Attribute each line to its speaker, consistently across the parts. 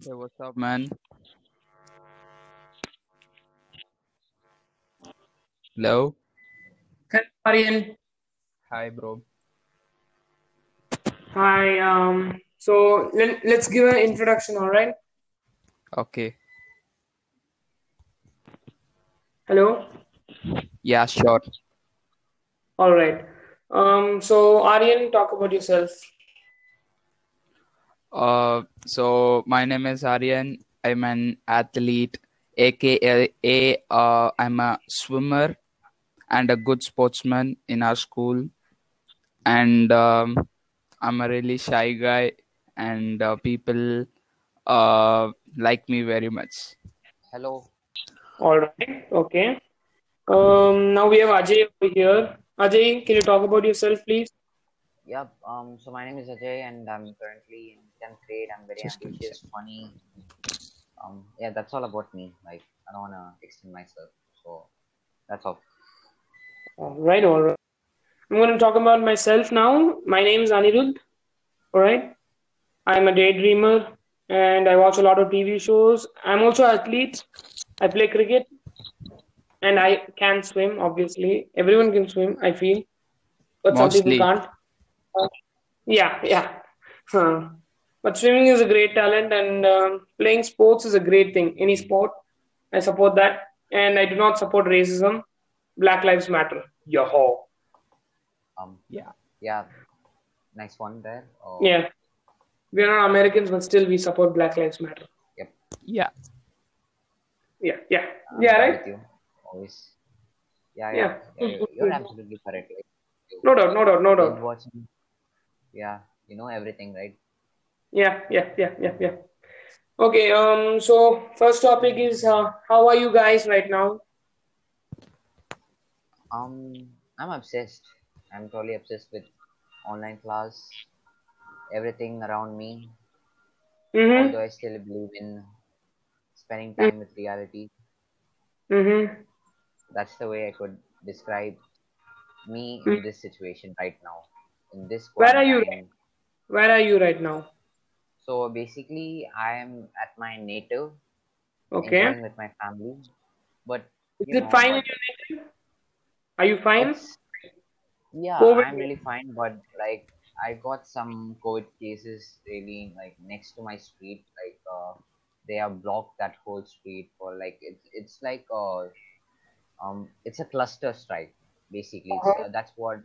Speaker 1: Hey, what's up, man? Hello.
Speaker 2: Aryan,
Speaker 1: Hi, bro.
Speaker 2: hi. Um, so let, let's give an introduction, all right?
Speaker 1: Okay.
Speaker 2: Hello?
Speaker 1: Yeah, sure.
Speaker 2: All right. Um, so Aryan, talk about yourself.
Speaker 1: Uh, so my name is Aryan. I'm an athlete, aka uh, I'm a swimmer and a good sportsman in our school. And um, I'm a really shy guy, and uh, people uh, like me very much. Hello.
Speaker 2: All right, okay. Um, now we have Ajay over here. Ajay, can you talk about yourself, please?
Speaker 3: Yep. Um, so my name is Ajay, and I'm currently in tenth grade. I'm very
Speaker 1: Just give me a
Speaker 3: ambitious, funny. Um, yeah, that's all about me. Like I don't wanna extend myself, so that's all.
Speaker 2: All right, all right. I'm going to talk about myself now. My name is Anirudh, all right? I'm a daydreamer and I watch a lot of TV shows. I'm also an athlete. I play cricket and I can swim, obviously. Everyone can swim, I feel, but some people
Speaker 1: Mostly.
Speaker 2: can't. Uh, yeah, yeah. Huh. But swimming is a great talent, and um, playing sports is a great thing. Any sport, I support that. And I do not support racism. Black Lives Matter. Yoho.
Speaker 3: Um,
Speaker 1: Yeah.
Speaker 3: yeah, nice one there. Oh,
Speaker 2: Yeah, we are not Americans, but still we support Black Lives Matter.
Speaker 3: yep.
Speaker 1: Yeah.
Speaker 2: Yeah, yeah,
Speaker 3: I'm
Speaker 2: yeah,
Speaker 3: there
Speaker 2: right?
Speaker 3: with you always. Yeah, yeah,
Speaker 2: Yeah,
Speaker 3: yeah. you- You're absolutely correct. Like, you
Speaker 2: no doubt, no doubt, no
Speaker 3: binge
Speaker 2: doubt.
Speaker 3: watching. Yeah, you know everything, right?
Speaker 2: Yeah, yeah, yeah, yeah, yeah. Okay, um, so first topic is uh, how are you guys right now?
Speaker 3: Um, I'm obsessed. I'm totally obsessed with online class, everything around me.
Speaker 2: Mm-hmm.
Speaker 3: Hmm? Although I still believe in spending time with reality.
Speaker 2: Mm-hmm.
Speaker 3: That's the way I could describe me
Speaker 2: mm
Speaker 3: in this situation right now, in this
Speaker 2: Where are you? right-
Speaker 3: quarantine.
Speaker 2: Where are you right now?
Speaker 3: So basically, I am at my native,
Speaker 2: Okay.
Speaker 3: enjoying with my family. But
Speaker 2: Is
Speaker 3: you
Speaker 2: it
Speaker 3: know,
Speaker 2: fine in
Speaker 3: but
Speaker 2: your native? Are you fine?
Speaker 3: it's yeah,
Speaker 2: COVID.
Speaker 3: I'm really fine. But like, I got some COVID cases really like next to my street. Like, uh, they have blocked that whole street for like it's it's like uh um it's a cluster strike basically it's
Speaker 2: Uh-huh.
Speaker 3: uh, that's what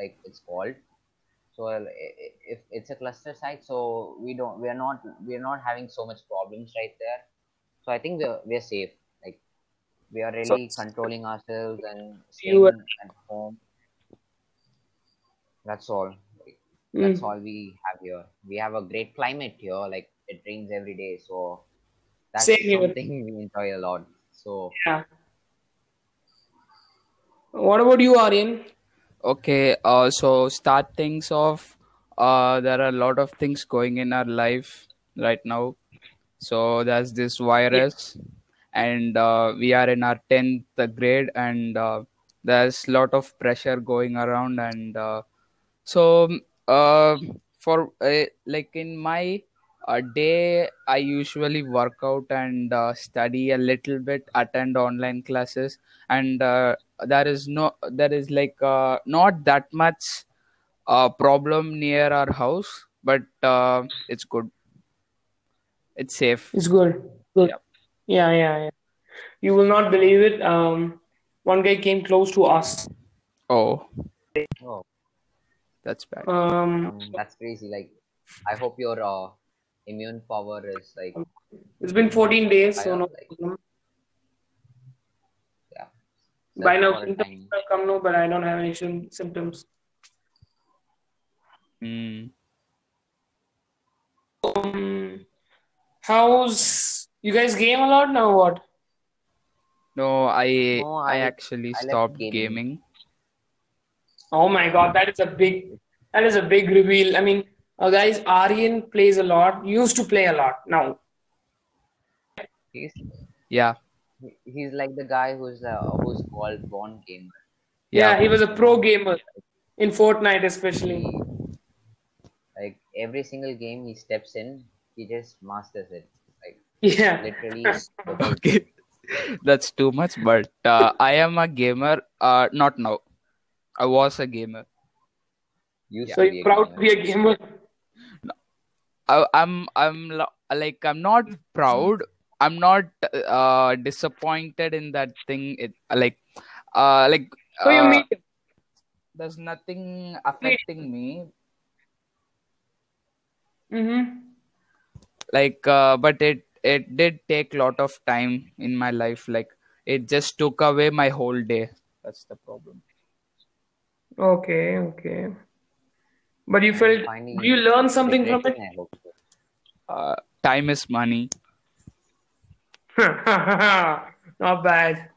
Speaker 3: like it's called so uh, i- i- if it's a cluster strike so we don't we're not we're not having so much problems right there so i think we're we're safe like we are
Speaker 2: So
Speaker 3: really controlling ourselves and
Speaker 2: you are.
Speaker 3: staying at home that's all like, that's
Speaker 2: Mm.
Speaker 3: all we have here we have a great climate here like it rains every day so
Speaker 2: Same
Speaker 3: that's
Speaker 2: here.
Speaker 3: something we enjoy a lot so
Speaker 2: Yeah. What about you, Aryan?
Speaker 1: Okay, uh, so start things off. Uh, there are a lot of things going in our life right now. So there's this
Speaker 2: Yeah.
Speaker 1: virus, and uh, we are in our tenth grade, and uh, there's lot of pressure going around. And uh, so, uh, for uh, like in my uh, day, I usually work out and uh, study a little bit, attend online classes, and uh, there is no there is like uh, not that much uh, problem near our house, but uh, it's good, it's safe.
Speaker 2: It's good. Good.
Speaker 1: Yeah.
Speaker 2: Yeah, yeah, yeah. You will not believe it. Um, one guy came close to us.
Speaker 1: Oh,
Speaker 3: oh
Speaker 1: that's bad.
Speaker 2: Um,
Speaker 3: Um, that's crazy. Like, I hope your uh, immune power is like
Speaker 2: it's been 14 days, so
Speaker 3: higher.
Speaker 2: no
Speaker 3: Like,
Speaker 2: problem.
Speaker 3: yeah,
Speaker 2: By now, symptoms
Speaker 3: self-quarantine.
Speaker 2: have come no, but I don't have any sym- symptoms.
Speaker 1: Mm.
Speaker 2: Um, how's you guys game a lot now? What?
Speaker 1: No, I
Speaker 3: No,
Speaker 1: I
Speaker 3: I
Speaker 1: actually
Speaker 3: I left
Speaker 1: stopped
Speaker 3: gaming.
Speaker 1: gaming.
Speaker 2: Oh my God, that is a big, that is a big reveal. I mean, uh, guys, Aryan plays a lot. Used to play a lot. Now,
Speaker 3: He's
Speaker 1: Yeah,
Speaker 3: he- he's like the guy who's uh, who's called born gamer.
Speaker 1: yeah,
Speaker 2: yeah, he was a
Speaker 3: You
Speaker 2: pro
Speaker 3: know,
Speaker 2: gamer in Fortnite, especially.
Speaker 3: he like every single game he steps in, he just masters it.
Speaker 2: Yeah.
Speaker 3: literally
Speaker 1: okay that's too much but uh, i am a gamer uh, not now i was a gamer
Speaker 3: used
Speaker 2: So
Speaker 3: to be
Speaker 2: you're
Speaker 3: a
Speaker 2: proud to
Speaker 3: gamer.
Speaker 2: be a gamer.
Speaker 1: I, i'm i'm lo- like i'm not proud i'm not uh, disappointed in that thing it like uh, like
Speaker 2: So you
Speaker 1: uh,
Speaker 2: mean
Speaker 1: there's nothing affecting me
Speaker 2: mm-hmm.
Speaker 1: like uh, but it it did take lot of time in my life like it just took away my whole day that's the problem
Speaker 2: Okay, okay. But you felt
Speaker 3: Finally,
Speaker 2: you learn something from it?
Speaker 3: regretting I hope so.
Speaker 1: uh, time is money
Speaker 2: Not bad.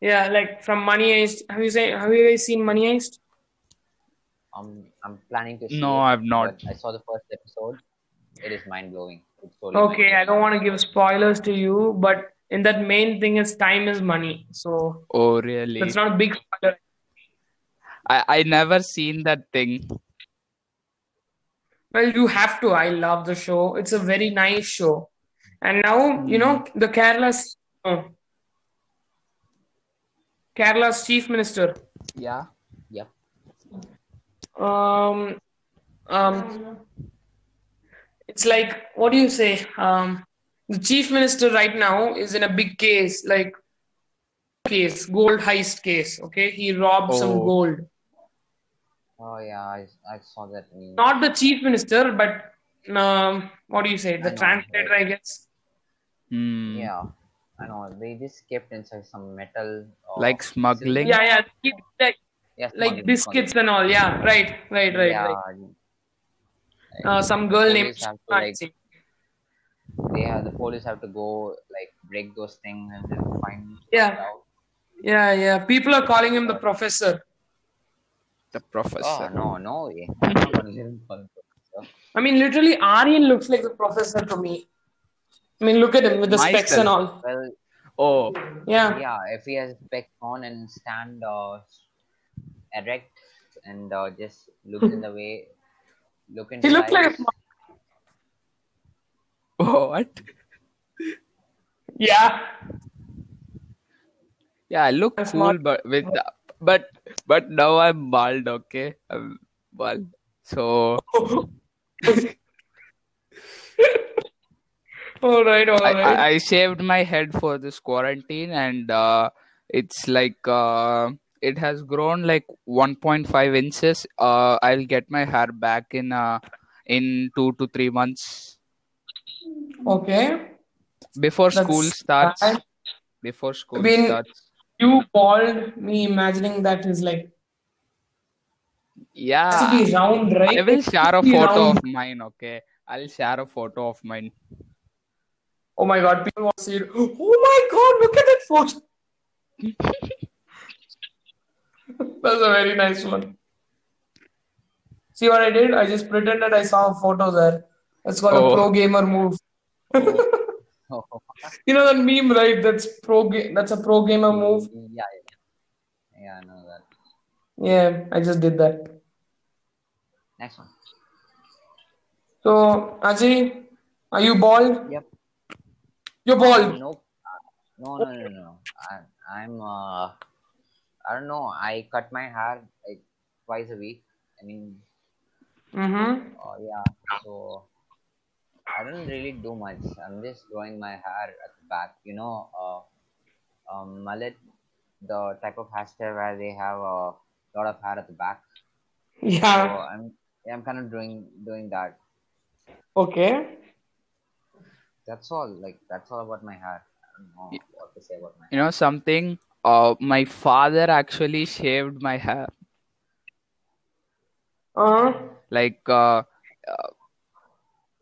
Speaker 2: Yeah, like from Money Heist. Have you say have you guys seen Money Heist?
Speaker 3: I'm I'm planning to. see
Speaker 1: No,
Speaker 3: it,
Speaker 1: I've not.
Speaker 3: but I saw the first episode. It is mind blowing. It's so
Speaker 2: Okay, I don't want to give spoilers to you, but in that main thing is time is money. So
Speaker 1: oh really
Speaker 2: that's not a big spoiler.
Speaker 1: I, I never seen that thing
Speaker 2: Well, you have to. I love the show. It's a very nice show. And now, you know, the Kerala's oh, Kerala's chief minister.
Speaker 1: yeah
Speaker 3: Yeah.
Speaker 2: Um, um, it's like, what do you say? Um, the chief minister right now is in a big case, like case, gold heist case. Okay, he robbed some
Speaker 1: Oh.
Speaker 2: gold.
Speaker 3: Oh yeah, I, I saw that. meme.
Speaker 2: Not the chief minister, but um, what do you say?
Speaker 3: I
Speaker 2: The
Speaker 3: know,
Speaker 2: translator, I guess.
Speaker 1: Hmm.
Speaker 3: Yeah, I know. They just kept inside some metal. Uh,
Speaker 1: like smuggling
Speaker 2: Yeah, yeah, he- like
Speaker 3: yeah,
Speaker 2: like
Speaker 3: smuggling,
Speaker 2: biscuits and all. Yeah, right, right,
Speaker 3: smuggling.
Speaker 2: right,
Speaker 3: Yeah,
Speaker 2: right. Uh, some girl named
Speaker 3: Police have to, like,
Speaker 2: Shivani.
Speaker 3: they have the police have to go like break those things and then find
Speaker 2: Yeah.
Speaker 3: it out.
Speaker 2: Yeah, yeah. People are calling him the professor.
Speaker 1: the professor
Speaker 3: Oh no, no way! I'm not gonna let him call it.
Speaker 2: I mean, literally, Aryan looks like the professor to me. I mean, look at him with the specs
Speaker 1: Myself.
Speaker 2: and all.
Speaker 3: Well,
Speaker 1: oh
Speaker 2: Yeah,
Speaker 3: yeah, if he has back on and stand uh, erect and uh, just look in the way, look into
Speaker 2: Hmm. he looks like.
Speaker 3: eyes.
Speaker 2: A,
Speaker 1: oh, what
Speaker 2: yeah,
Speaker 1: yeah i look
Speaker 2: That's
Speaker 1: cool
Speaker 2: not-
Speaker 1: but with but but now i'm bald okay i'm bald so
Speaker 2: all right, all
Speaker 1: I,
Speaker 2: right.
Speaker 1: I, I shaved my head for this quarantine and uh, it's like uh, it has grown like 1.5 inches uh, i'll get my hair back in uh, in two to three months
Speaker 2: okay,
Speaker 1: before
Speaker 2: That's
Speaker 1: school starts
Speaker 2: fine.
Speaker 1: before school
Speaker 2: Been-
Speaker 1: starts
Speaker 2: you called me imagining that is like has
Speaker 1: yeah
Speaker 2: to be round, right?
Speaker 1: Ah. I will share a
Speaker 2: Be
Speaker 1: photo
Speaker 2: round.
Speaker 1: of mine, okay? I'll share a photo of mine.
Speaker 2: Oh my god, people want to see it. Oh my god, look at that photo. That's a very nice one. See what I did? I just pretended I saw a photo there. That's called
Speaker 1: Oh.
Speaker 2: a pro gamer move.
Speaker 3: Oh,
Speaker 2: You know that meme, right? That's pro. Ga- that's a pro gamer move.
Speaker 3: yeah, yeah, yeah, I know that.
Speaker 2: Yeah, I just did that.
Speaker 3: Next one.
Speaker 2: So, Ajay, are you bald?
Speaker 3: Yep.
Speaker 2: You're bald.
Speaker 3: Nope. No, no, no, no. no. I, I'm. Uh, I don't know. I cut my hair like twice a week. I mean,
Speaker 2: Mm-hmm.
Speaker 3: uh, yeah. So I don't really do much. I'm just growing my hair at the back. You know, uh, um, mullet, the type of hairstyle where they have a lot of hair at the back. So
Speaker 2: Yeah.
Speaker 3: I'm, yeah, I'm kind of doing doing that.
Speaker 2: Okay.
Speaker 3: That's all. Like that's all about my hair. I don't know what to say about my.
Speaker 1: You know something? Uh, my father actually shaved my hair.
Speaker 2: Uh huh.
Speaker 1: Like, uh, uh,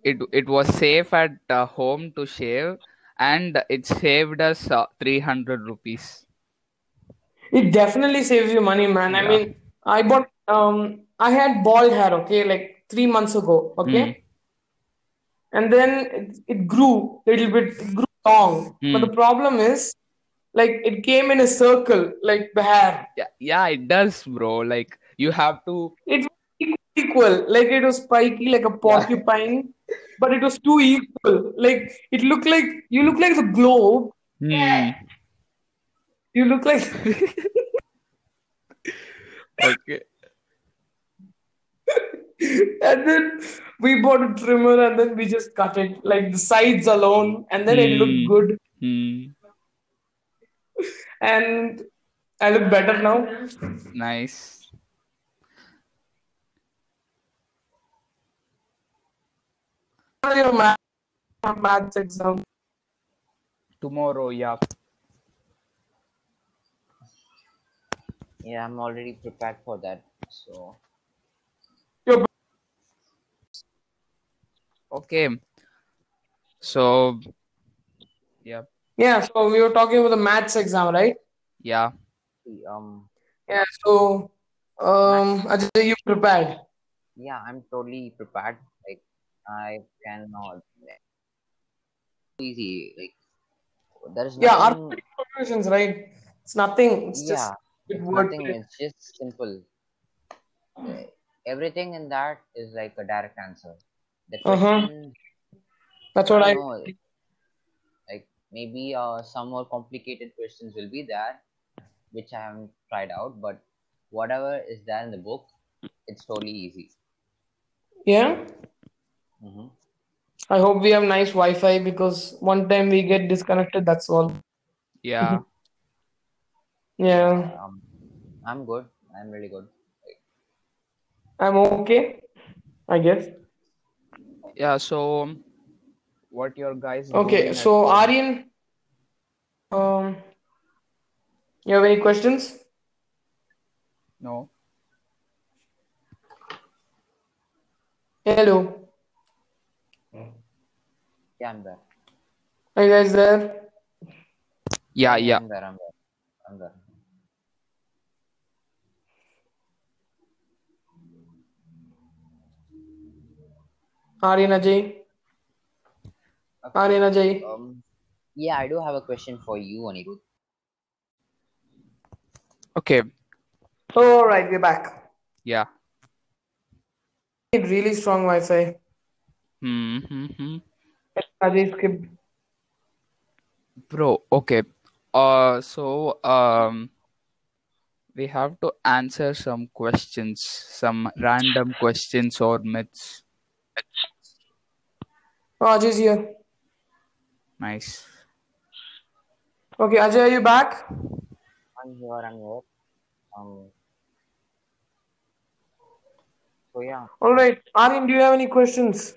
Speaker 1: it it was safe at uh, home to shave, and it saved us uh, 300 rupees.
Speaker 2: It definitely saves you money, man. I
Speaker 1: Yeah.
Speaker 2: mean, I bought um I had bald hair, okay, like three months ago,
Speaker 1: Hmm.
Speaker 2: okay? And then it, it grew a little bit, it grew long. But
Speaker 1: Hmm.
Speaker 2: the problem is, like it came in a circle, like the hair.
Speaker 1: Yeah, yeah, it does, bro. Like, you have to.
Speaker 2: It was equal, like it was spiky, like a porcupine. but it was too equal. Like it looked like you look like the globe.
Speaker 1: Hmm.
Speaker 2: You look like
Speaker 1: Okay.
Speaker 2: and then we bought a trimmer and then we just cut it like the sides alone and then it
Speaker 1: Hmm.
Speaker 2: looked good
Speaker 1: Hmm.
Speaker 2: and I look better now.
Speaker 1: Nice.
Speaker 2: What are your math, maths exam?
Speaker 1: Tomorrow, yeah.
Speaker 3: Yeah, I'm already prepared for that. So
Speaker 1: Okay. So, yeah,
Speaker 2: Yeah, so we were talking about the maths exam, right?
Speaker 1: yeah.
Speaker 3: um
Speaker 2: Yeah, so um Ajay, you prepared.
Speaker 3: yeah, I'm totally prepared. Like I cannot easy. Like there is
Speaker 2: Yeah,
Speaker 3: nothing.
Speaker 2: arithmetic progressions, right? It's nothing. It's just
Speaker 3: yeah,
Speaker 2: with
Speaker 3: it's
Speaker 2: word
Speaker 3: nothing. It's just simple. Uh, Everything in that is like a direct answer. The
Speaker 2: Uh-huh.
Speaker 3: question
Speaker 2: That's what I
Speaker 3: know, like maybe uh, some more complicated questions will be there, which I haven't tried out. But whatever is there in the book, it's totally easy.
Speaker 2: yeah.
Speaker 3: hmm
Speaker 2: I hope we have nice Wi-Fi because one time we get disconnected, that's all.
Speaker 1: Yeah.
Speaker 2: Yeah,
Speaker 3: Um, I'm good. I'm really good.
Speaker 2: I'm okay, I guess.
Speaker 1: Yeah, so what your guys
Speaker 2: Okay,
Speaker 1: doing at
Speaker 2: so
Speaker 1: home?
Speaker 2: Aryan, um, you have any questions?
Speaker 1: No.
Speaker 2: Hello,
Speaker 3: Yeah, I'm there.
Speaker 2: are you guys there? Uh,
Speaker 1: Yeah, yeah.
Speaker 3: I'm there. I'm there. I'm there.
Speaker 2: Aryan Ajay, Aryan Ajay.
Speaker 3: Um, yeah, I do have a question for you, Anirudh.
Speaker 1: Okay.
Speaker 2: Oh, All right, we're back.
Speaker 1: Yeah.
Speaker 2: We need really strong Wi-Fi.
Speaker 1: Hmm. hmm, hmm.
Speaker 2: Ajay skipped.
Speaker 1: Bro, okay. Uh, so um, we have to answer some questions, some random questions or myths.
Speaker 2: Oh, Ajay's here.
Speaker 1: Nice.
Speaker 2: Okay, Ajay, are you back?
Speaker 3: I'm here. I'm here. Um, so yeah.
Speaker 2: All right, Aryan, do you have any questions?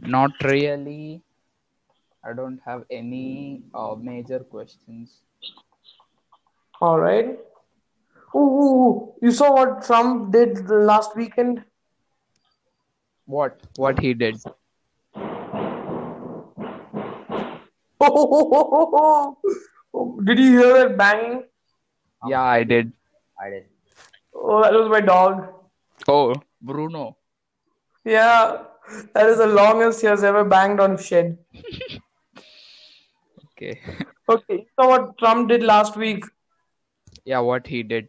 Speaker 1: Not really. I don't have any uh, major questions.
Speaker 2: All right. Ooh, ooh, ooh. you saw what Trump did the last weekend?
Speaker 1: What? What he did?
Speaker 2: Oh, Did you hear that banging?
Speaker 1: Yeah, I did.
Speaker 3: I did.
Speaker 2: Oh, that was my dog.
Speaker 1: Oh, Bruno.
Speaker 2: Yeah, that is the longest he has ever banged on shed.
Speaker 1: Okay.
Speaker 2: Okay, you saw what Trump did last week.
Speaker 1: Yeah, what he did.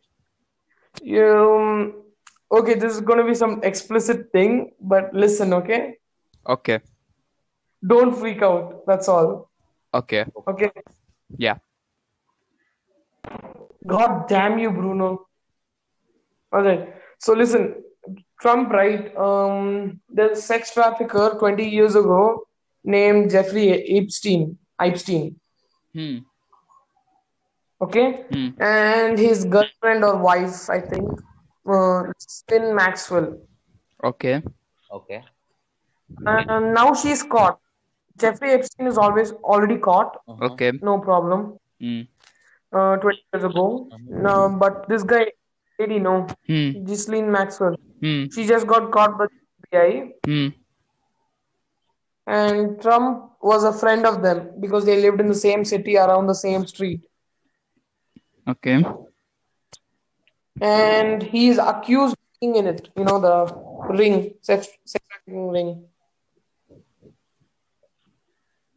Speaker 2: Um, okay, this is going to be some explicit thing, but listen, okay?
Speaker 1: Okay.
Speaker 2: Don't freak out. That's all.
Speaker 1: Okay.
Speaker 2: Okay.
Speaker 1: Yeah.
Speaker 2: God damn you, Bruno. All right. So listen, Trump, right? Um, there's a sex trafficker 20 years ago named Jeffrey Epstein. Epstein.
Speaker 1: Hmm.
Speaker 2: Okay.
Speaker 1: Hmm.
Speaker 2: And his girlfriend or wife, I think, uh, Spin Maxwell.
Speaker 1: Okay.
Speaker 3: Okay.
Speaker 2: And Um, now she's caught. Jeffrey Epstein is always already caught.
Speaker 3: Mhm.
Speaker 1: Okay.
Speaker 2: No problem.
Speaker 1: Hmm.
Speaker 2: Uh, 20 years ago. No, but this guy, lady, no,
Speaker 1: Hmm.
Speaker 2: Ghislaine Maxwell.
Speaker 1: Hmm.
Speaker 2: She just got caught by the FBI.
Speaker 1: Hmm.
Speaker 2: and Trump was a friend of them because they lived in the same city around the same street.
Speaker 1: Okay.
Speaker 2: And he is accused of being in it, you know, the ring, sex, sex trafficking ring.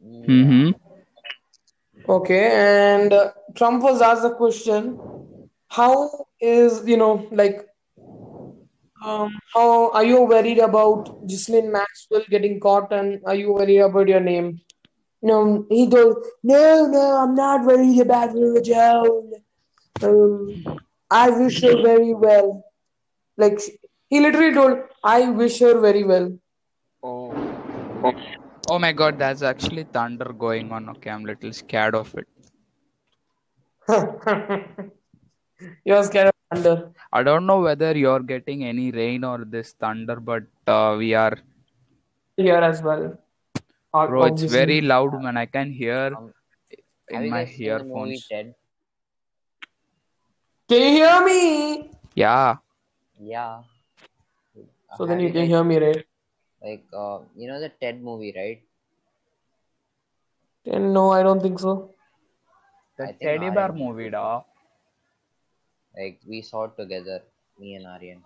Speaker 1: Mm-hmm.
Speaker 2: Okay, and uh, Trump was asked the question, how is, you know, like, Um, how are you worried about Ghislaine Maxwell getting caught, and are you worried about your name?
Speaker 4: No, he goes, no, no, I'm not worried about religion. Um, I wish her very well.
Speaker 2: Like he literally told, "I wish her very well."
Speaker 1: Oh. Oh my god, that's actually thunder going on. Okay, I'm a little scared of it.
Speaker 2: You're scared of thunder.
Speaker 1: I don't know whether you're getting any rain or this thunder, but uh, we are.
Speaker 2: Here as well. Or-
Speaker 1: Bro, it's
Speaker 2: obviously.
Speaker 1: very loud, man. I can hear
Speaker 3: Um, Have
Speaker 1: in
Speaker 3: you
Speaker 1: my
Speaker 3: guys seen the movie
Speaker 1: earphones.
Speaker 3: Ted?
Speaker 2: Can you hear me?
Speaker 1: Yeah.
Speaker 3: Yeah.
Speaker 2: So
Speaker 3: Have
Speaker 2: then you can
Speaker 3: guys-
Speaker 2: hear me, right?
Speaker 3: Like uh, you know the Ted movie, right?
Speaker 2: And no, I don't think so.
Speaker 1: The
Speaker 3: I think
Speaker 1: teddy
Speaker 3: Aryan
Speaker 1: bear
Speaker 3: is
Speaker 1: movie, da.
Speaker 3: Like we saw it together, me and Aryan.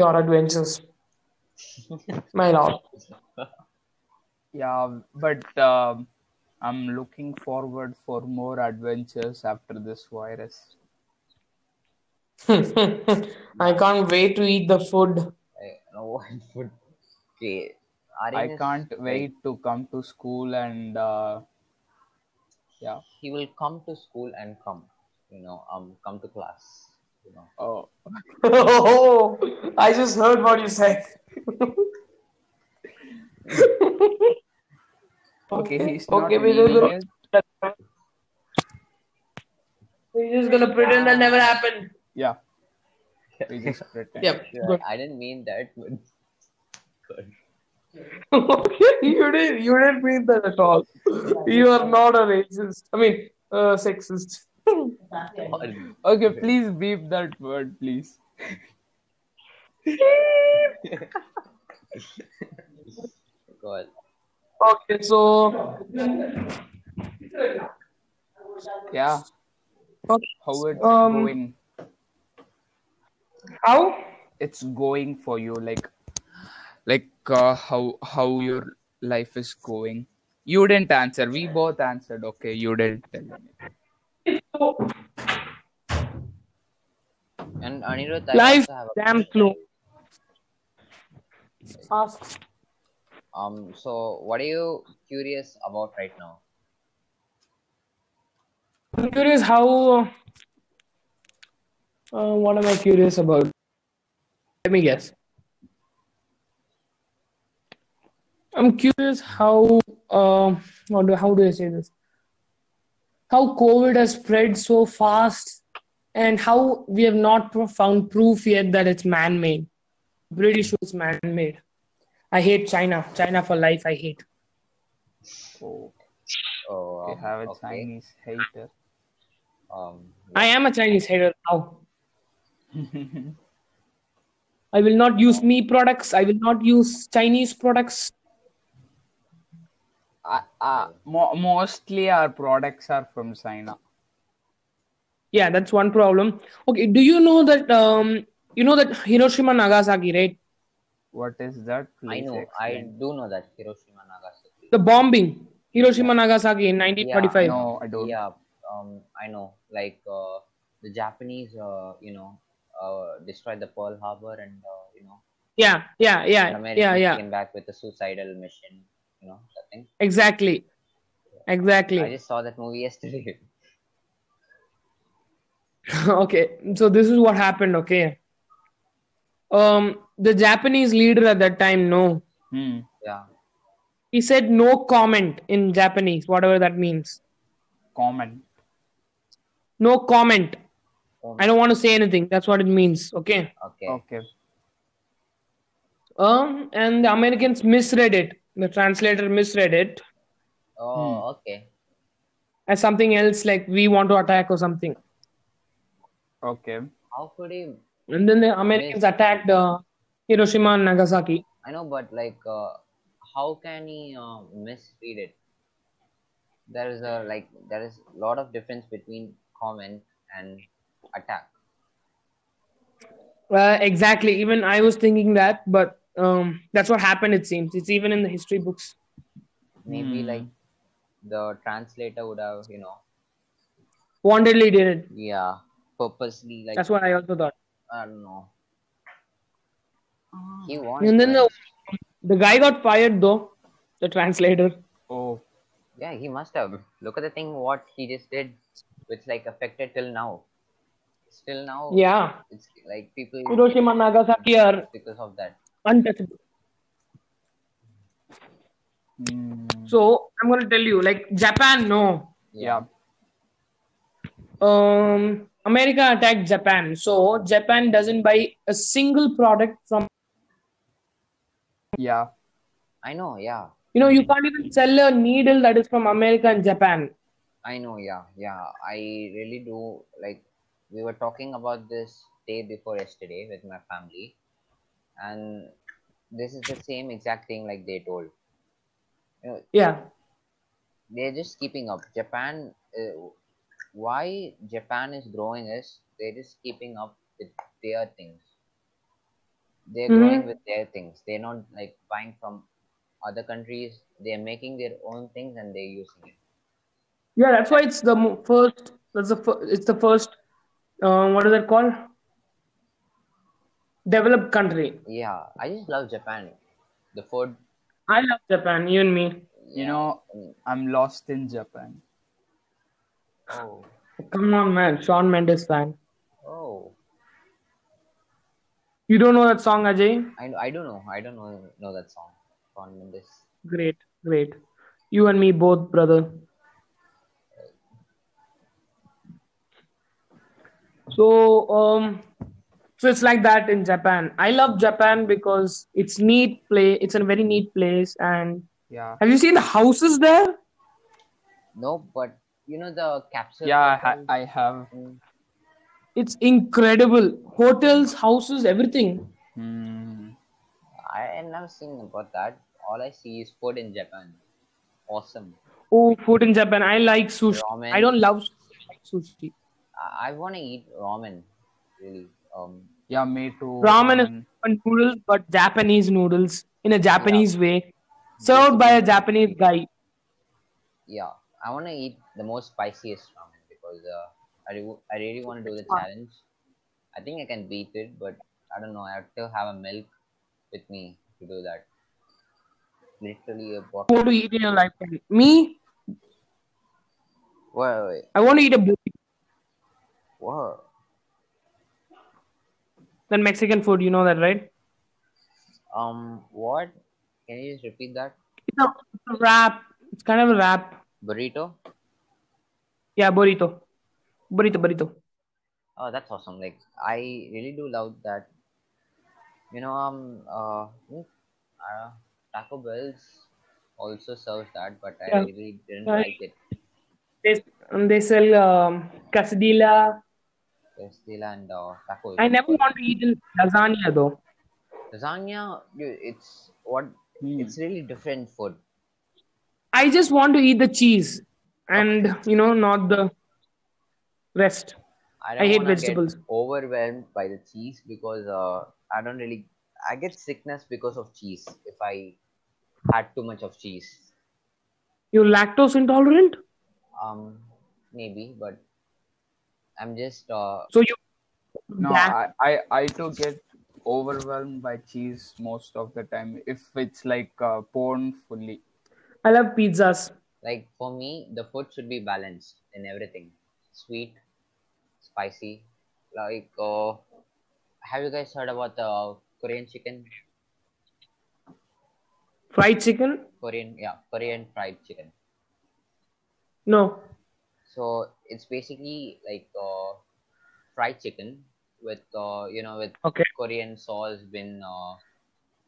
Speaker 2: Your adventures, my lord.
Speaker 1: Yeah, but um, I'm looking forward for more adventures after this virus.
Speaker 2: I can't wait to eat the food.
Speaker 3: I know what would. Okay,
Speaker 1: I
Speaker 3: Aryan is,
Speaker 1: can't
Speaker 3: like,
Speaker 1: wait to come to school and uh, yeah.
Speaker 3: he will come to school and come, you know, um, come to class. You know,
Speaker 1: Oh,
Speaker 2: oh, I just heard what you said.
Speaker 1: okay. He's not
Speaker 2: okay, we
Speaker 1: leaving
Speaker 2: will-
Speaker 1: yet.
Speaker 2: We're just gonna pretend that never happened.
Speaker 1: Yeah. We just pretend.
Speaker 2: Yep.
Speaker 3: Sure, I didn't mean that, but good.
Speaker 2: okay, you didn't you didn't mean that at all. You are not a racist. I mean, uh, sexist.
Speaker 3: Or-
Speaker 1: Okay, please beep that word, please.
Speaker 3: God.
Speaker 2: Okay, so
Speaker 1: Yeah.
Speaker 2: Okay.
Speaker 1: How it's
Speaker 2: Um,
Speaker 1: going?
Speaker 2: how?
Speaker 1: It's going for you, like, like uh, how how your life is going. You didn't answer. We both answered. Okay, you didn't tell me.
Speaker 3: And Anirudh, I
Speaker 2: Life
Speaker 3: also have a
Speaker 2: damn slow. Ask.
Speaker 3: Um, so what are you curious about right now?
Speaker 2: I'm curious how. Uh, what am I curious about? Let me guess. I'm curious how. Uh, what do, how do I say this? How COVID has spread so fast, and how we have not pro- found proof yet that it's man-made. Pretty sure it's man-made. I hate China. China for life. I hate.
Speaker 1: Oh,
Speaker 3: Oh,
Speaker 1: you
Speaker 3: um,
Speaker 1: have a
Speaker 3: okay.
Speaker 1: Chinese hater.
Speaker 3: Um,
Speaker 2: I am a Chinese hater now. I will not use me products. I will not use Chinese products.
Speaker 1: Uh, uh, mo- mostly our products are from China.
Speaker 2: Yeah, that's one problem. Okay, do you know that um you know that Hiroshima Nagasaki, right?
Speaker 1: What is that?
Speaker 3: I
Speaker 1: Please
Speaker 3: know, I
Speaker 1: explain.
Speaker 3: do know that Hiroshima, Nagasaki.
Speaker 2: The bombing. Hiroshima Nagasaki in 1945.
Speaker 1: Yeah, No, I don't.
Speaker 3: Yeah, um, I know. Like uh, the Japanese, uh, you know, uh, destroyed the Pearl Harbor, and uh, you know,
Speaker 2: yeah, yeah, yeah,
Speaker 3: the Americans
Speaker 2: yeah, yeah.
Speaker 3: came back with a suicidal mission. You know, that thing.
Speaker 2: Exactly.
Speaker 3: I
Speaker 2: Exactly.
Speaker 3: just saw that movie yesterday.
Speaker 2: okay, so this is what happened, okay? Um the Japanese leader at that time, no.
Speaker 1: Hmm.
Speaker 3: yeah,
Speaker 2: He said no comment in Japanese, whatever that means.
Speaker 1: Common.
Speaker 2: No comment.
Speaker 3: Oh,
Speaker 2: I don't want to say anything. That's what it means. Okay.
Speaker 3: okay.
Speaker 1: Okay.
Speaker 2: Um, and the Americans misread it. The translator misread it Hmm.
Speaker 3: Oh, okay.
Speaker 2: as something else, like we want to attack or something.
Speaker 1: Okay.
Speaker 3: How could he?
Speaker 2: And then the Americans attacked uh, Hiroshima and Nagasaki.
Speaker 3: I know, but like, uh, how can he uh, misread it? There is a like, there is a lot of difference between comment and attack.
Speaker 2: Uh, exactly. Even I was thinking that, but um, that's what happened. It seems it's even in the history books.
Speaker 3: Maybe
Speaker 1: Hmm.
Speaker 3: like the translator would have, you know,
Speaker 2: Wantedly did it.
Speaker 3: yeah, purposely like
Speaker 2: That's what I also thought.
Speaker 3: I don't know. He wants.
Speaker 2: Ah. And then
Speaker 3: that.
Speaker 2: the, the guy got fired though, the translator.
Speaker 1: Oh,
Speaker 3: Yeah, he must have. Look at the thing what he just did, which like affected till now. Still now,
Speaker 2: Yeah.
Speaker 3: it's like people
Speaker 2: Hiroshima Nagasaki are
Speaker 3: because of that.
Speaker 2: untouchable.
Speaker 1: Mm,
Speaker 2: So I'm gonna tell you, like Japan, no.
Speaker 1: yeah.
Speaker 2: Um, America attacked Japan, so Japan doesn't buy a single product from.
Speaker 1: Yeah.
Speaker 3: I know. Yeah,
Speaker 2: You know, you can't even sell a needle that is from America and Japan.
Speaker 3: I know. Yeah, yeah. I really do. Like we were talking about this day before yesterday with my family, and this is the same exact thing like they told.
Speaker 2: Yeah,
Speaker 3: they're just keeping up. Japan, uh, why Japan is growing is they're just keeping up with their things. They're
Speaker 1: Mm-hmm.
Speaker 2: Mhm.
Speaker 3: growing with their things. They're not like buying from other countries. They're making their own things and they're using it.
Speaker 2: yeah. That's why it's the mo- first. That's the fir- it's the first. Uh, what is it called? Developed country.
Speaker 3: Yeah, I just love Japan. The food.
Speaker 2: I love Japan. You and me.
Speaker 1: You know, I'm lost in Japan.
Speaker 3: Oh,
Speaker 2: Come on, man. Sean Mendes fan.
Speaker 3: oh.
Speaker 2: You don't know that song, Ajay?
Speaker 3: I I don't know. I don't know know that song. From this.
Speaker 2: Great, great. You and me both, brother. So, um, so it's like that in Japan. I love Japan because it's neat play. It's a very neat place. And
Speaker 1: Yeah.
Speaker 2: have you seen the houses there?
Speaker 3: No, but you know the capsule.
Speaker 1: Yeah, I, ha- I have.
Speaker 2: It's incredible. Hotels, houses, everything.
Speaker 1: Hmm.
Speaker 3: I have never seen about that. All I see is food in Japan. Awesome.
Speaker 2: Oh, food in Japan. I like sushi.
Speaker 3: Ramen.
Speaker 2: I don't love sushi. I like sushi.
Speaker 3: I, I want to eat ramen, really. Um,
Speaker 1: Yeah, me too.
Speaker 2: ramen is
Speaker 1: man.
Speaker 2: ramen noodles but japanese noodles in a japanese way served by a japanese guy
Speaker 3: yeah, I want to eat the most spiciest ramen because uh, I, re- I really want to do the challenge. I think I can beat it, but I don't know. I have to have a milk with me to do that. Literally a bottle.
Speaker 2: you want to eat in your lifetime me
Speaker 3: Whoa, wait,
Speaker 2: i want to eat a burrito
Speaker 3: whoa.
Speaker 2: that mexican food you know that right
Speaker 3: Um, what? Can you just repeat that?
Speaker 2: it's a, it's a wrap it's kind of a wrap
Speaker 3: Burrito?
Speaker 2: yeah burrito burrito burrito
Speaker 3: Oh, that's awesome. Like I really do love that. You know, um, uh, hmm, uh Taco Bell's also serves that, but I
Speaker 2: Yeah.
Speaker 3: really didn't
Speaker 2: Yeah.
Speaker 3: like it.
Speaker 2: they, and they sell um, quesadilla
Speaker 3: Quesadilla and uh, tacos.
Speaker 2: i never want to eat in lasagna though
Speaker 3: lasagna. dude, It's what
Speaker 1: Hmm.
Speaker 3: it's really different food.
Speaker 2: i just want to eat the cheese and you know not the rest
Speaker 3: I
Speaker 2: I
Speaker 3: don't
Speaker 2: hate
Speaker 3: wanna
Speaker 2: vegetables.
Speaker 3: Get overwhelmed by the cheese because uh, I don't really. I get sickness because of cheese if I had too much of cheese.
Speaker 2: you're lactose intolerant
Speaker 3: Um, maybe, but I'm just uh.
Speaker 2: So you
Speaker 1: No,
Speaker 2: that-
Speaker 1: I, I, I too get overwhelmed by cheese most of the time if it's like uh, porn fully.
Speaker 2: I love pizzas.
Speaker 3: like for me the food should be balanced in everything sweet spicy like uh, have you guys heard about the korean chicken
Speaker 2: Fried chicken?
Speaker 3: korean yeah korean fried chicken
Speaker 2: No.
Speaker 3: so it's basically like uh, fried chicken with uh, you know with
Speaker 2: Okay.
Speaker 3: korean sauce been uh,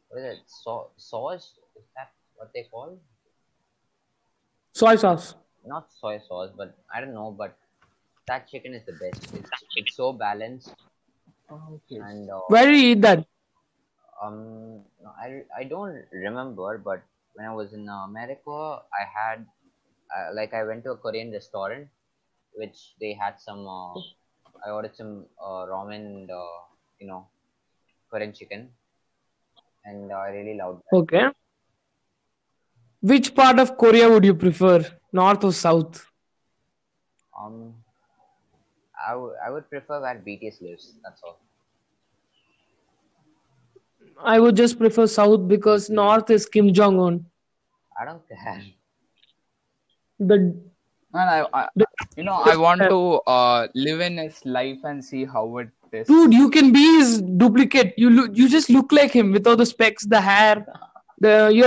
Speaker 3: what is it so- sauce is that what they call
Speaker 2: Soy sauce.
Speaker 3: not soy sauce, but I don't know, but that chicken is the best. It's, it's so balanced
Speaker 1: Okay.
Speaker 3: and uh,
Speaker 2: Where do you eat that?
Speaker 3: um, no, I I don't remember, but when I was in America, I had uh, like I went to a Korean restaurant, which they had some. Uh, I ordered some uh, ramen, and, uh, you know, Korean chicken, and I really loved that.
Speaker 2: Okay. Which part of Korea would you prefer? North or south?
Speaker 3: Um, I would I would prefer where BTS lives. That's all.
Speaker 2: I would just prefer South because North is Kim Jong Un.
Speaker 3: I don't care.
Speaker 2: The
Speaker 1: Man, I, I you know I want to uh, live in his life and see how it is.
Speaker 2: dude, you can be his duplicate. You look, you just look like him without the specs, the hair, the you.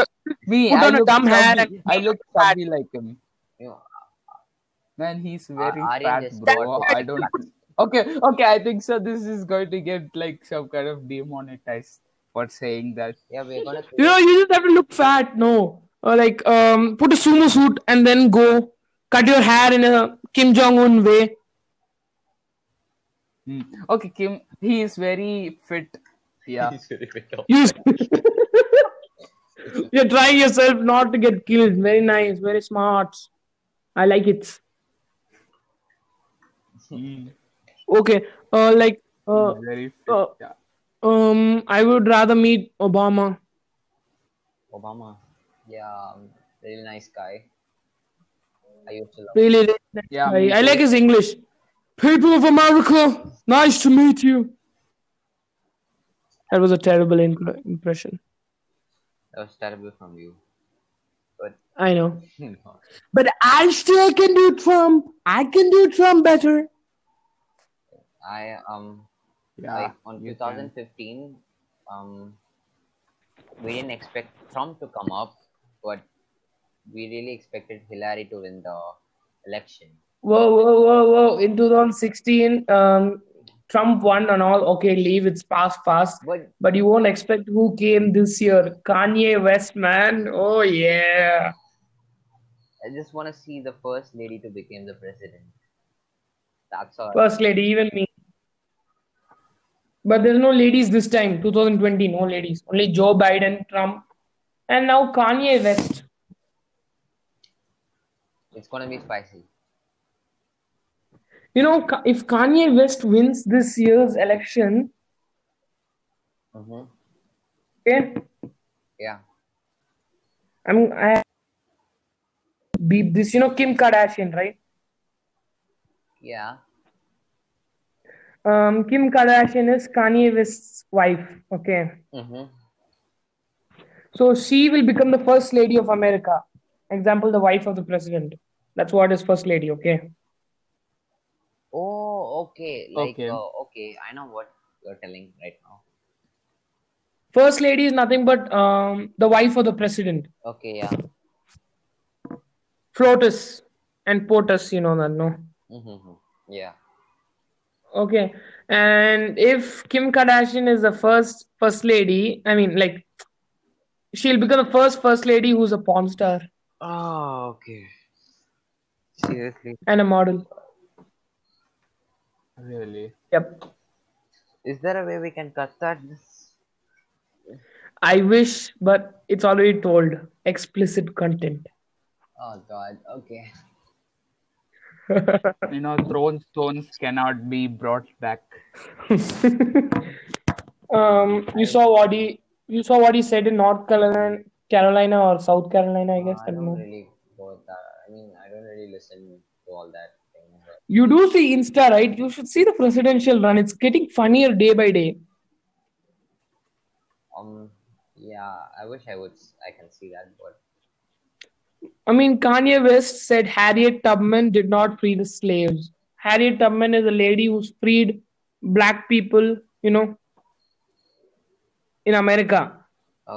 Speaker 1: Me,
Speaker 2: put
Speaker 1: I
Speaker 2: on a
Speaker 1: look
Speaker 2: dumb hat
Speaker 1: chubby. I
Speaker 2: and-
Speaker 1: look chubby like him.
Speaker 3: You know,
Speaker 1: Man, he's very
Speaker 3: Aryan
Speaker 1: fat,
Speaker 3: is
Speaker 1: bro.
Speaker 3: fat.
Speaker 1: I don't. Okay, okay. I think so. This is going to get like some kind of demonetized for saying that.
Speaker 3: yeah, we're gonna.
Speaker 2: You know, you just have to look fat. No, or like um, put a sumo suit and then go cut your hair in a Kim Jong Un way.
Speaker 1: Hmm. Okay, Kim. He is very fit. Yeah.
Speaker 2: You you're trying yourself not to get killed. Very nice, very smart. I like it.
Speaker 1: Hmm.
Speaker 2: Okay, uh, like uh,
Speaker 1: He's very fit.
Speaker 2: uh,
Speaker 1: yeah.
Speaker 2: um, I would rather meet Obama.
Speaker 3: Obama. Yeah, um, really nice guy. I used to love.
Speaker 2: Really, really nice
Speaker 1: Yeah,
Speaker 2: guy.
Speaker 1: me
Speaker 2: I like his English. People of America, nice to meet you. That was a terrible in- impression.
Speaker 3: That was terrible from you. But
Speaker 2: I know,
Speaker 3: you know,
Speaker 4: But I still can do Trump. I can do Trump better.
Speaker 3: I um
Speaker 1: Yeah.
Speaker 3: like on
Speaker 1: you
Speaker 3: 2015, um, we didn't expect Trump to come up, but we really expected Hillary to win the election.
Speaker 2: Whoa, whoa, whoa, whoa. In 2016, um, Trump won and all. Okay, leave. It's past, past.
Speaker 3: But
Speaker 2: But you won't expect who came this year. Kanye West, man. Oh, yeah.
Speaker 3: I just want to see the first lady to become the president. That's all.
Speaker 2: First lady, even me. But there's no ladies this time. 2020, no ladies. Only Joe Biden, Trump, and now Kanye West.
Speaker 3: It's gonna be spicy.
Speaker 2: You know, Ka- if Kanye West wins this year's election,
Speaker 3: Mm-hmm.
Speaker 2: okay,
Speaker 3: Yeah.
Speaker 2: I'm I beep this. You know, Kim Kardashian, right?
Speaker 3: Yeah.
Speaker 2: Um, Kim Kardashian is Kanye West's wife. Okay.
Speaker 3: Mm-hmm.
Speaker 2: So she will become the first lady of America. Example, the wife of the president. That's what is first lady, okay?
Speaker 3: Oh, okay. Like,
Speaker 1: Okay.
Speaker 3: Uh, okay. I know what you're telling right now.
Speaker 2: First lady is nothing but um, the wife of the president.
Speaker 3: Okay. Yeah.
Speaker 2: Flotus and POTUS, you know that, no?
Speaker 3: Mm-hmm. Yeah.
Speaker 2: Okay. And if Kim Kardashian is the first first lady, I mean, like, she'll become the first first lady who's a porn star
Speaker 3: Oh, okay. Seriously,
Speaker 2: and a model.
Speaker 1: Really.
Speaker 2: Yep.
Speaker 3: is there a way we can cut that?
Speaker 2: I wish, but it's already told. Explicit content.
Speaker 3: Oh God. Okay.
Speaker 1: You know, thrown stones cannot be brought back.
Speaker 2: Um, you saw what he you saw what he said in North Carolina, Carolina or South Carolina, I guess.
Speaker 3: I
Speaker 2: I don't
Speaker 3: don't
Speaker 2: know.
Speaker 3: really go with that. I mean, I don't really listen to all that thing. But
Speaker 2: You do see Insta, right? You should see the presidential run. It's getting funnier day by day.
Speaker 3: um, yeah. I wish I would. s- I can see that, but
Speaker 2: I mean, Kanye West said Harriet Tubman did not free the slaves. Harriet Tubman is a lady who's freed black people, you know, in America.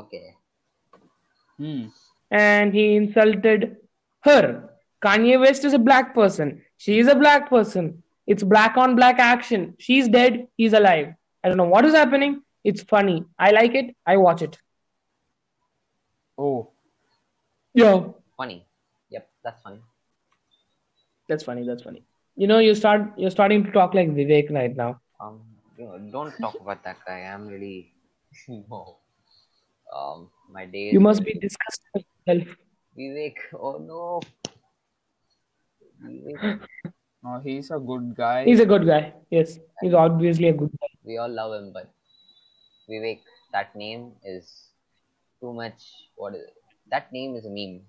Speaker 3: okay.
Speaker 1: Hmm.
Speaker 2: and he insulted her. Kanye West is a black person. She is a black person. It's black on black action. She's dead. He's alive. I don't know what is happening. It's funny. I like it. I watch it.
Speaker 1: Oh.
Speaker 2: Yeah,
Speaker 3: Funny. Yep. That's funny.
Speaker 2: that's funny. That's funny. You know, you start you're starting to talk like Vivek right now.
Speaker 3: Um, you know, don't talk about that guy. I'm really no. Um, my day. is
Speaker 2: You must be disgusted with yourself.
Speaker 3: Vivek. Oh no. Vivek.
Speaker 1: No, he's a good guy.
Speaker 2: He's a good guy. Yes, he's obviously a good guy.
Speaker 3: We all love him, but Vivek. That name is too much. What is it? That name is a meme.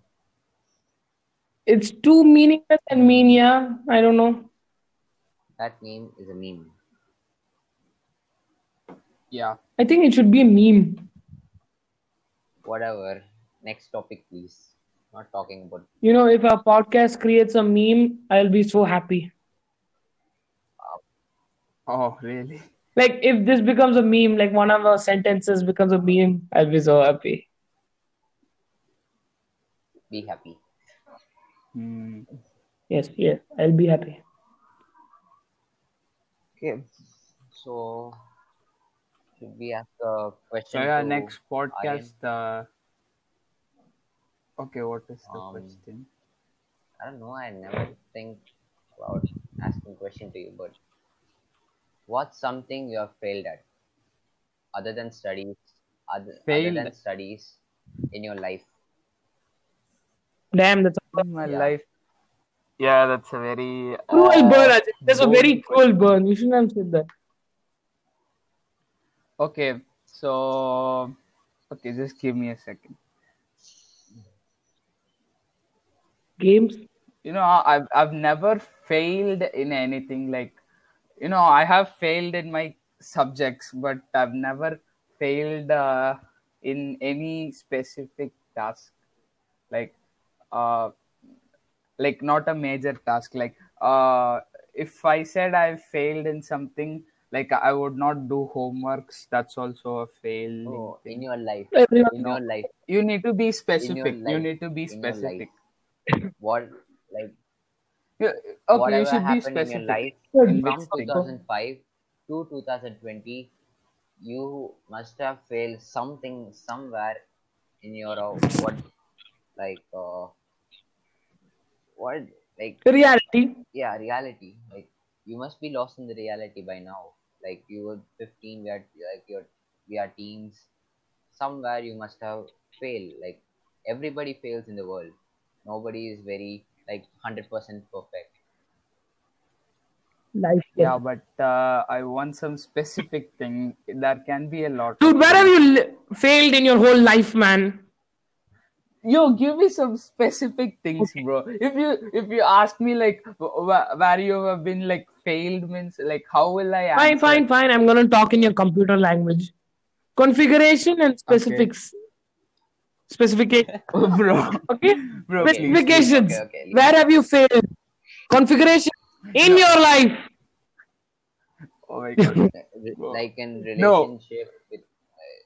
Speaker 2: It's too meaningless and mean. Yeah, I don't know.
Speaker 3: That name is a meme.
Speaker 1: Yeah.
Speaker 2: I think it should be a meme.
Speaker 3: Whatever. Next topic, please. Not talking about.
Speaker 2: You know, if our podcast creates a meme, I'll be so happy.
Speaker 1: Oh, really?
Speaker 2: Like if this becomes a meme, like one of our sentences becomes a meme, I'll be so happy.
Speaker 3: Be happy.
Speaker 1: Hmm.
Speaker 2: Yes, yes, I'll be happy.
Speaker 3: Okay. So, should we ask a
Speaker 1: So
Speaker 3: question?
Speaker 1: yeah,
Speaker 3: to
Speaker 1: next podcast.
Speaker 3: Aryan?
Speaker 1: Uh, okay, what is the
Speaker 3: Um,
Speaker 1: question?
Speaker 3: I don't know. I never think about asking question to you, but what's something you have failed at, other than studies, other, other
Speaker 1: Failed?
Speaker 3: than studies, in your life?
Speaker 2: Damn, that's
Speaker 1: In my
Speaker 3: yeah.
Speaker 1: life. Yeah, that's a very
Speaker 2: cruel
Speaker 1: uh,
Speaker 2: burn. I think that's a
Speaker 1: bold
Speaker 2: very cruel burn. You shouldn't have said that.
Speaker 1: Okay, so okay, just give me a second.
Speaker 2: Games.
Speaker 1: You know, I've I've never failed in anything. Like, you know, I have failed in my subjects, but I've never failed uh, in any specific task. Like, uh, like not a major task. Like, uh, if I said I failed in something, like I would not do homeworks. That's also a fail.
Speaker 3: Oh, in your life,
Speaker 2: Everyone.
Speaker 3: in your life,
Speaker 1: you need to be
Speaker 3: in
Speaker 1: specific
Speaker 3: your life,
Speaker 1: you need to be
Speaker 3: in your
Speaker 1: specific
Speaker 3: life. What like
Speaker 1: You- okay you
Speaker 3: whatever
Speaker 1: should be
Speaker 3: happened in your
Speaker 1: specific
Speaker 3: life
Speaker 1: in
Speaker 3: from
Speaker 1: which thing
Speaker 3: 2005 to 2020, you must have failed something somewhere in your uh, what like uh, what like
Speaker 2: Reality.
Speaker 3: yeah reality like you must be lost in the reality by now like you were 15 we are like you're we are teens somewhere you must have failed like everybody fails in the world nobody is very like 100% perfect
Speaker 2: Life.
Speaker 1: yeah but uh, i want some specific thing there can be a lot
Speaker 2: Dude, where have you li- failed in your whole life, man?
Speaker 1: yo give me some specific things bro if you if you ask me like wh- wh- where you have been like failed means like how will i answer
Speaker 2: Fine, fine, fine. I'm gonna talk in your computer language. Configuration and specifics. Specification.
Speaker 1: bro
Speaker 2: Okay.
Speaker 1: bro please, please.
Speaker 2: Specifications.
Speaker 3: Okay, okay, leave
Speaker 2: Where have you failed? Configuration in your life.
Speaker 1: oh my god
Speaker 3: Like, re-
Speaker 1: Wow.
Speaker 3: like in
Speaker 1: No.
Speaker 3: relationship with uh,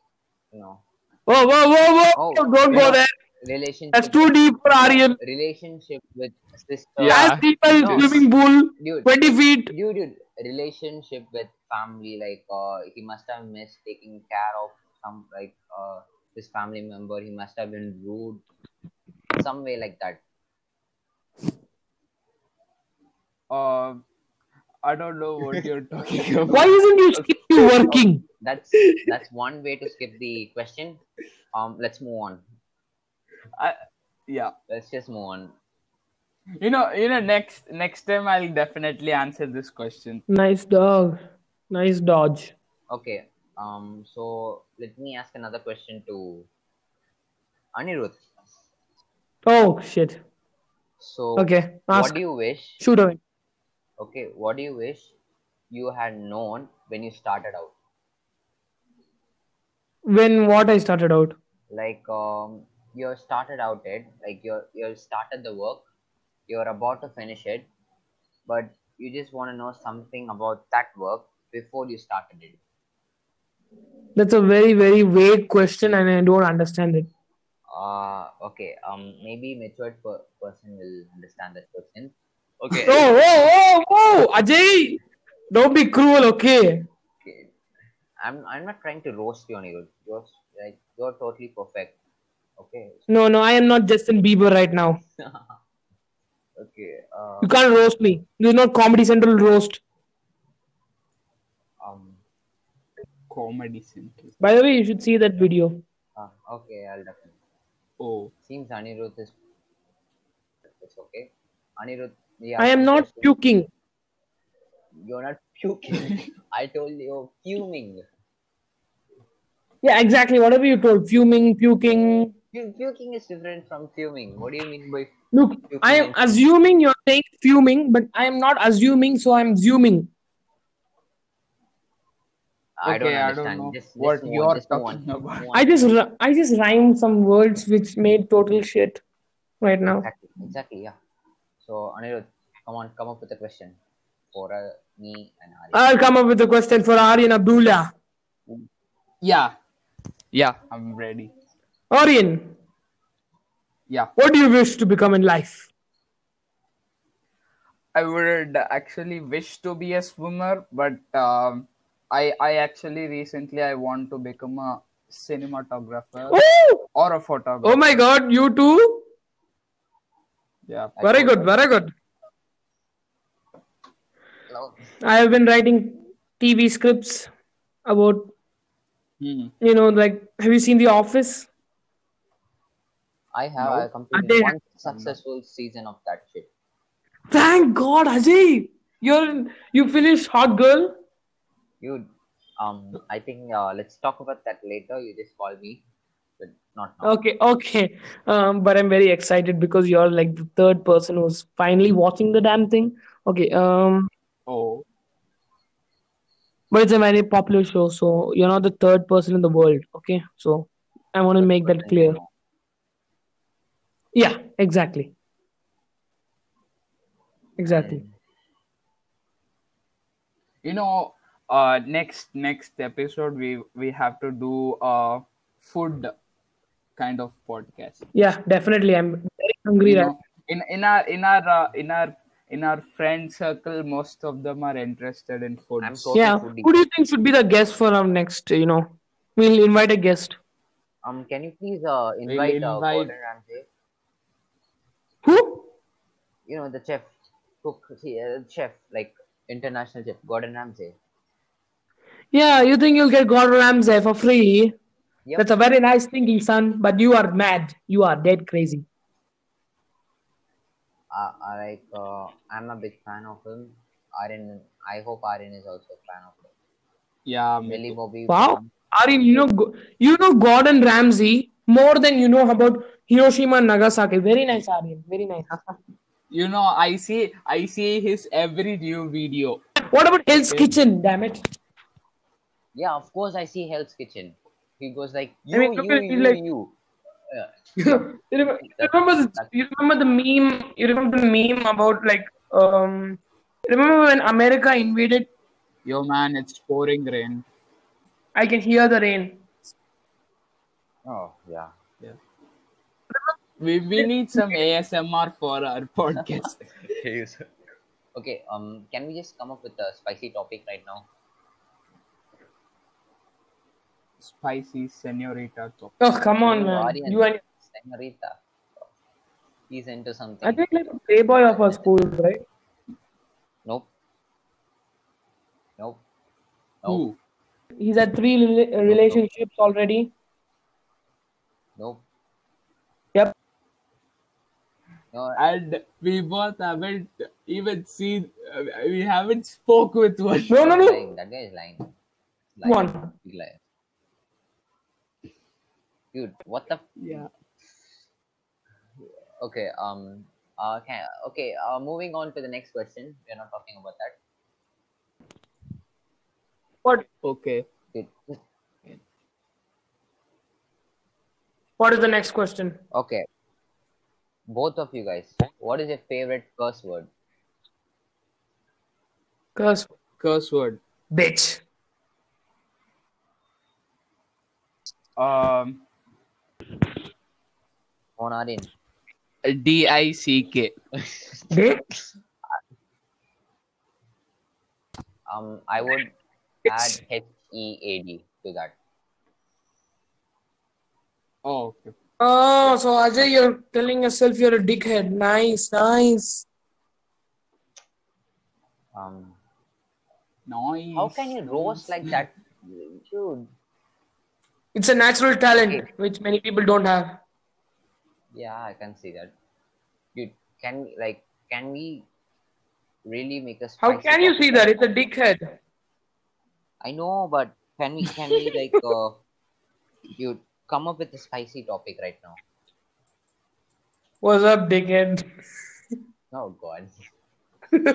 Speaker 3: you know
Speaker 2: Whoa, whoa, whoa, whoa!
Speaker 3: Oh,
Speaker 2: Don't
Speaker 3: you
Speaker 2: go
Speaker 3: know,
Speaker 2: there.
Speaker 3: relationship
Speaker 2: That's too deep for E Aryan.
Speaker 3: relationship with sister
Speaker 1: Yeah.
Speaker 2: As deep as
Speaker 3: No.
Speaker 2: swimming pool.
Speaker 3: dude
Speaker 2: Twenty feet.
Speaker 3: dude, dude relationship with family like uh, he must have missed taking care of some like uh, his family member he must have been rude some way like that
Speaker 1: uh, i don't know what you're talking about
Speaker 2: Why isn't you skip you working?
Speaker 3: that's that's one way to skip the question um let's move on
Speaker 1: I- yeah
Speaker 3: let's just move on
Speaker 1: you know you know next next time i'll definitely answer this question
Speaker 2: Nice dog. Nice dodge.
Speaker 3: okay um so let me ask another question to anirudh
Speaker 2: Oh shit.
Speaker 3: so
Speaker 2: Okay.
Speaker 3: Oh. what
Speaker 2: Ask.
Speaker 3: do you wish
Speaker 2: Shoot away.
Speaker 3: okay what do you wish you had known when you started out
Speaker 2: When what I started out.
Speaker 3: like um, you're started out it like you're you're started the work you're about to finish it but you just want to know something about that work before you started it
Speaker 2: That's a very, very vague question and I don't understand it.
Speaker 3: uh okay um maybe matured per- person will understand that question okay
Speaker 2: Oh, oh, oh, oh, Ajay! Don't be cruel, okay?
Speaker 3: okay. i'm i'm not trying to roast you on you you're like you're totally perfect okay
Speaker 2: No, no, I am not Justin Bieber right now.
Speaker 3: okay uh,
Speaker 2: You can't roast me. This is not Comedy Central roast.
Speaker 3: um
Speaker 1: comedy central
Speaker 2: By the way, you should see that video.
Speaker 3: uh, okay i'll definitely
Speaker 1: oh
Speaker 3: seems Anirudh is it's okay. Anirudh, yeah,
Speaker 2: I am not puking.
Speaker 3: You're not puking. I told you fuming.
Speaker 2: Yeah, exactly. Whatever you told. Fuming, puking,
Speaker 3: Fu- Puking is different from fuming. What do you mean by
Speaker 2: Look,
Speaker 3: puking?
Speaker 2: I am assuming you're saying fuming, but I am not assuming, so I'm zooming.
Speaker 3: I don't
Speaker 1: Okay, I don't
Speaker 3: understand.
Speaker 1: know
Speaker 3: Just- just
Speaker 1: what
Speaker 3: move on,
Speaker 1: you're
Speaker 3: just move on,
Speaker 1: talking about.
Speaker 3: move on.
Speaker 2: I just ri- I just rhymed some words which made total shit right now.
Speaker 3: Exactly, exactly, yeah. So Anirudh, come on, come up with a question for uh, me and Arya.
Speaker 2: I'll come up with a question for Aryan Abdullah.
Speaker 1: Yeah. Yeah, I'm ready.
Speaker 2: Aryan,
Speaker 1: Yeah.
Speaker 2: what do you wish to become in life?
Speaker 1: I would actually wish to be a swimmer, but um, I I actually recently I want to become a cinematographer
Speaker 2: Oh,
Speaker 1: or a photographer.
Speaker 2: oh my God, you too.
Speaker 1: Yeah.
Speaker 2: Very good, very good.
Speaker 3: Hello?
Speaker 2: I have been writing TV scripts about
Speaker 1: Hmm.
Speaker 2: you know like have you seen The Office?
Speaker 3: I have I completed
Speaker 2: Ajay-
Speaker 3: one successful season of that shit.
Speaker 2: Thank God, Ajay, you're in, you finished Hot Girl.
Speaker 3: You, um, I think uh, let's talk about that later. You just call me, but not now.
Speaker 2: Okay, okay. Um, but I'm very excited because you're like the third person who's finally watching the damn thing. Okay, um,
Speaker 1: Oh.
Speaker 2: but it's a very popular show, so you're not the third person in the world. Okay, so I want to make that clear. Yeah, exactly. Exactly.
Speaker 1: You know, uh, next next episode we we have to do a food kind of podcast.
Speaker 2: Yeah, definitely. I'm very hungry
Speaker 1: You
Speaker 2: right
Speaker 1: know, in in our in our uh, in our in our friend circle, most of them are interested in food.
Speaker 3: I'm
Speaker 2: now.
Speaker 3: so
Speaker 2: Yeah,
Speaker 3: foodie.
Speaker 2: who do you think should be the guest for our next, you know? We'll invite a guest.
Speaker 3: Um, can you please uh, invite, uh,
Speaker 1: invite-
Speaker 3: Gordon Ramsay?
Speaker 2: Who?
Speaker 3: You know the chef, cook, see, uh, chef, like international chef, Gordon Ramsay.
Speaker 2: Yeah, you think you'll get Gordon Ramsay for free?
Speaker 3: Yep.
Speaker 2: That's a very nice thinking, son, but you are mad. You are dead crazy.
Speaker 3: uh, uh, like uh, I'm a big fan of him. Aryan, I hope Aryan is also a fan of him.
Speaker 1: Yeah, me
Speaker 3: Millie
Speaker 1: too.
Speaker 3: Bobby.
Speaker 2: Wow. Aryan, you know Go- you know Gordon Ramsay more than you know about Hiroshima and Nagasaki. Very nice, Aryan. Very nice.
Speaker 1: You know, I see I see his every new video.
Speaker 2: what about Hell's Kitchen? Damn it.
Speaker 3: Yeah, of course I see Hell's Kitchen. He goes like
Speaker 2: I
Speaker 3: you,
Speaker 2: mean, look
Speaker 3: you,
Speaker 2: at it
Speaker 3: you,
Speaker 2: like-
Speaker 3: you. Yeah.
Speaker 2: you remember, you remember the, you remember the meme? You remember the meme about like um. Remember when America invaded?
Speaker 1: Yo man, it's pouring rain.
Speaker 2: I can hear the rain.
Speaker 3: Oh yeah.
Speaker 1: We, we need some ASMR for our podcast.
Speaker 3: okay. Um, can we just come up with a spicy topic right now?
Speaker 1: Spicy senorita talk.
Speaker 2: Oh come on,
Speaker 3: You,
Speaker 2: man!
Speaker 3: Aryan,
Speaker 2: You and
Speaker 3: Senorita. He's into something.
Speaker 2: I think like a playboy of our school, right?
Speaker 3: Nope. Nope.
Speaker 1: Who?
Speaker 3: Nope.
Speaker 2: He's had three rela- relationships already.
Speaker 3: Nope.
Speaker 2: Yep.
Speaker 3: No.
Speaker 1: And we both haven't even seen. Uh, we haven't spoke with one.
Speaker 2: No, no, no.
Speaker 3: lying. That guy is lying.
Speaker 2: Come
Speaker 3: Lying.
Speaker 2: on.
Speaker 3: Big liar. Dude, what the?
Speaker 1: Yeah.
Speaker 3: Okay. Um. Uh, can, okay. Uh, moving on to the next question. We're not talking about that.
Speaker 2: What?
Speaker 1: Okay.
Speaker 3: Dude, just-
Speaker 2: What is the next question?
Speaker 3: Okay. Both of you guys, what is your favorite curse word?
Speaker 2: Curse.
Speaker 1: Curse word.
Speaker 2: Bitch.
Speaker 1: Um.
Speaker 3: On Arin.
Speaker 1: D I C K.
Speaker 2: Bitch.
Speaker 3: Um, I would add H E A D to that.
Speaker 1: Oh. Okay.
Speaker 2: Oh, so Ajay, you're telling yourself you're a dickhead. Nice, nice.
Speaker 3: Um,
Speaker 1: Nice.
Speaker 3: how can you roast like that, dude?
Speaker 2: It's a natural talent which many people don't have.
Speaker 3: Yeah, I can see that. Dude, can like can we really make a
Speaker 2: How
Speaker 3: spicy
Speaker 2: can you
Speaker 3: topic
Speaker 2: see
Speaker 3: like
Speaker 2: that? It's a dickhead.
Speaker 3: I know, but can we can we like uh dude come up with a spicy topic right now.
Speaker 2: What's up, dickhead?
Speaker 3: Oh God.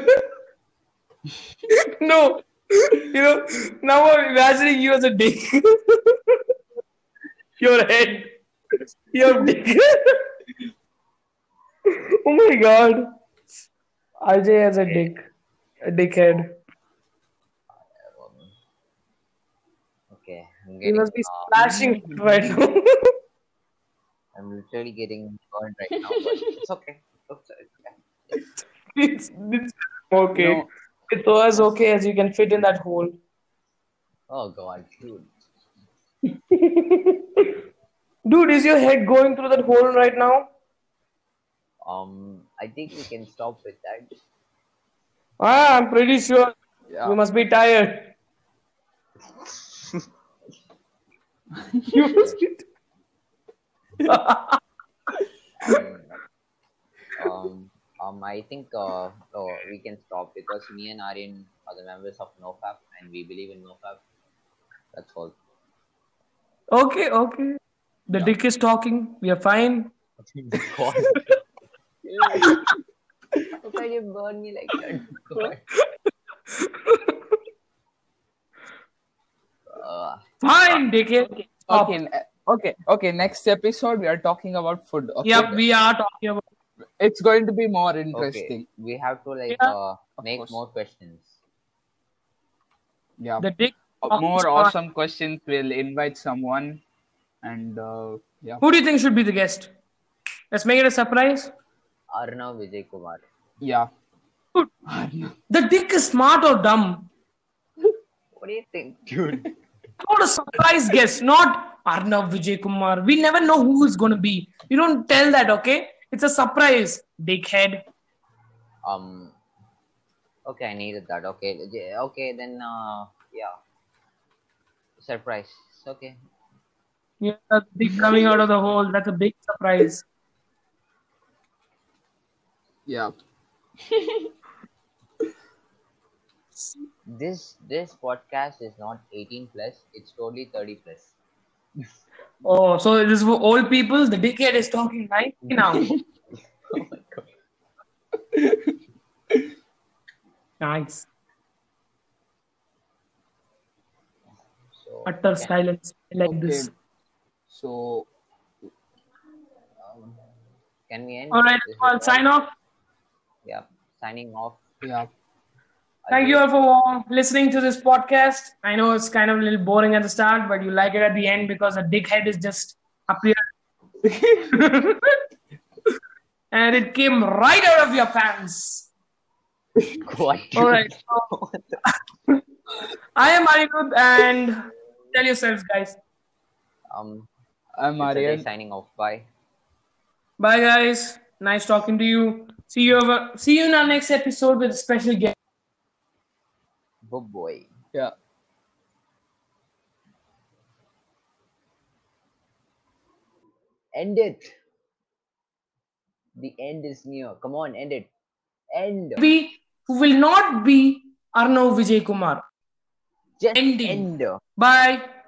Speaker 2: no, you know, now I'm imagining you as a dick. Your head. Your dick. oh my god. Ajay as a dick. A dickhead.
Speaker 3: Um, okay, I'm
Speaker 2: He
Speaker 3: getting.
Speaker 2: must be
Speaker 3: uh,
Speaker 2: splashing right now.
Speaker 3: I'm literally getting burned right now. But it's okay. It's okay.
Speaker 2: it's, it's okay.
Speaker 1: No.
Speaker 2: It's as okay as you can fit in that hole.
Speaker 3: Oh God, dude.
Speaker 2: Dude, is your head going through that hole right now?
Speaker 3: Um, I think we can stop with that.
Speaker 2: Ah, I'm pretty sure.
Speaker 1: Yeah.
Speaker 2: You must be tired. you must be
Speaker 3: Um, um, um, I think uh, oh, we can stop because me and Aryan are the members of NoFap and we believe in NoFap. That's all.
Speaker 2: Okay, okay. The dick is talking. We are fine.
Speaker 3: God. How can you burn me like that? God. Uh,
Speaker 2: Fine, dickhead. Stop.
Speaker 1: Okay, ne- okay, okay. Next episode, we are talking about food. Okay?
Speaker 2: Yep, we are talking about.
Speaker 1: It's going to be more
Speaker 3: okay,
Speaker 1: interesting.
Speaker 3: we have to like
Speaker 2: Yeah.
Speaker 3: uh,
Speaker 1: Of
Speaker 3: make
Speaker 1: course.
Speaker 3: more questions.
Speaker 1: Yeah.
Speaker 2: The dick.
Speaker 1: Uh, more
Speaker 2: Talking-
Speaker 1: awesome questions. We'll invite someone, and uh, yeah.
Speaker 2: Who do you think should be the guest? Let's make it a surprise.
Speaker 3: Arnav Vijay Kumar.
Speaker 1: Yeah.
Speaker 2: Dude, the dick is smart or dumb.
Speaker 3: What do you think, dude?
Speaker 2: Not a surprise guest, not Arnav Vijay Kumar. We never know who it's going to be. You don't tell that, okay? It's a surprise, dickhead.
Speaker 3: um. Okay, I needed that. Okay, j- okay, then uh, yeah. Surprise. Okay.
Speaker 2: Yeah, the dick coming out of the hole. That's a big surprise.
Speaker 1: Yeah.
Speaker 3: This this podcast is not 18 plus. It's totally 30 plus.
Speaker 2: Oh, so this is for old people. The dickhead is talking right now.
Speaker 3: Oh my god.
Speaker 2: nice.
Speaker 3: So
Speaker 2: Utter silence like
Speaker 1: Okay.
Speaker 2: this.
Speaker 1: So
Speaker 3: can we end?
Speaker 2: All right,
Speaker 3: This is uh,
Speaker 2: I'll sign off.
Speaker 3: Yeah, signing off.
Speaker 1: yeah.
Speaker 2: Thank you all for listening to this podcast. I know it's kind of a little boring at the start, but you like it at the end because a dickhead is just appeared. and it came right out of your pants.
Speaker 3: What?
Speaker 2: All right. so- I am Anirudh and tell yourselves, guys.
Speaker 3: Um,
Speaker 1: I'm
Speaker 3: Maria.
Speaker 1: Aryan.
Speaker 3: signing off. Bye.
Speaker 2: Bye, guys. Nice talking to you. See you over. See you in our next episode with a special guest.
Speaker 3: Good boy.
Speaker 1: Yeah.
Speaker 3: End it. The end is near. Come on, end it. End.
Speaker 2: Be who will not be Arnav Vijay Kumar.
Speaker 3: Just
Speaker 2: Ending.
Speaker 3: end.
Speaker 2: Bye.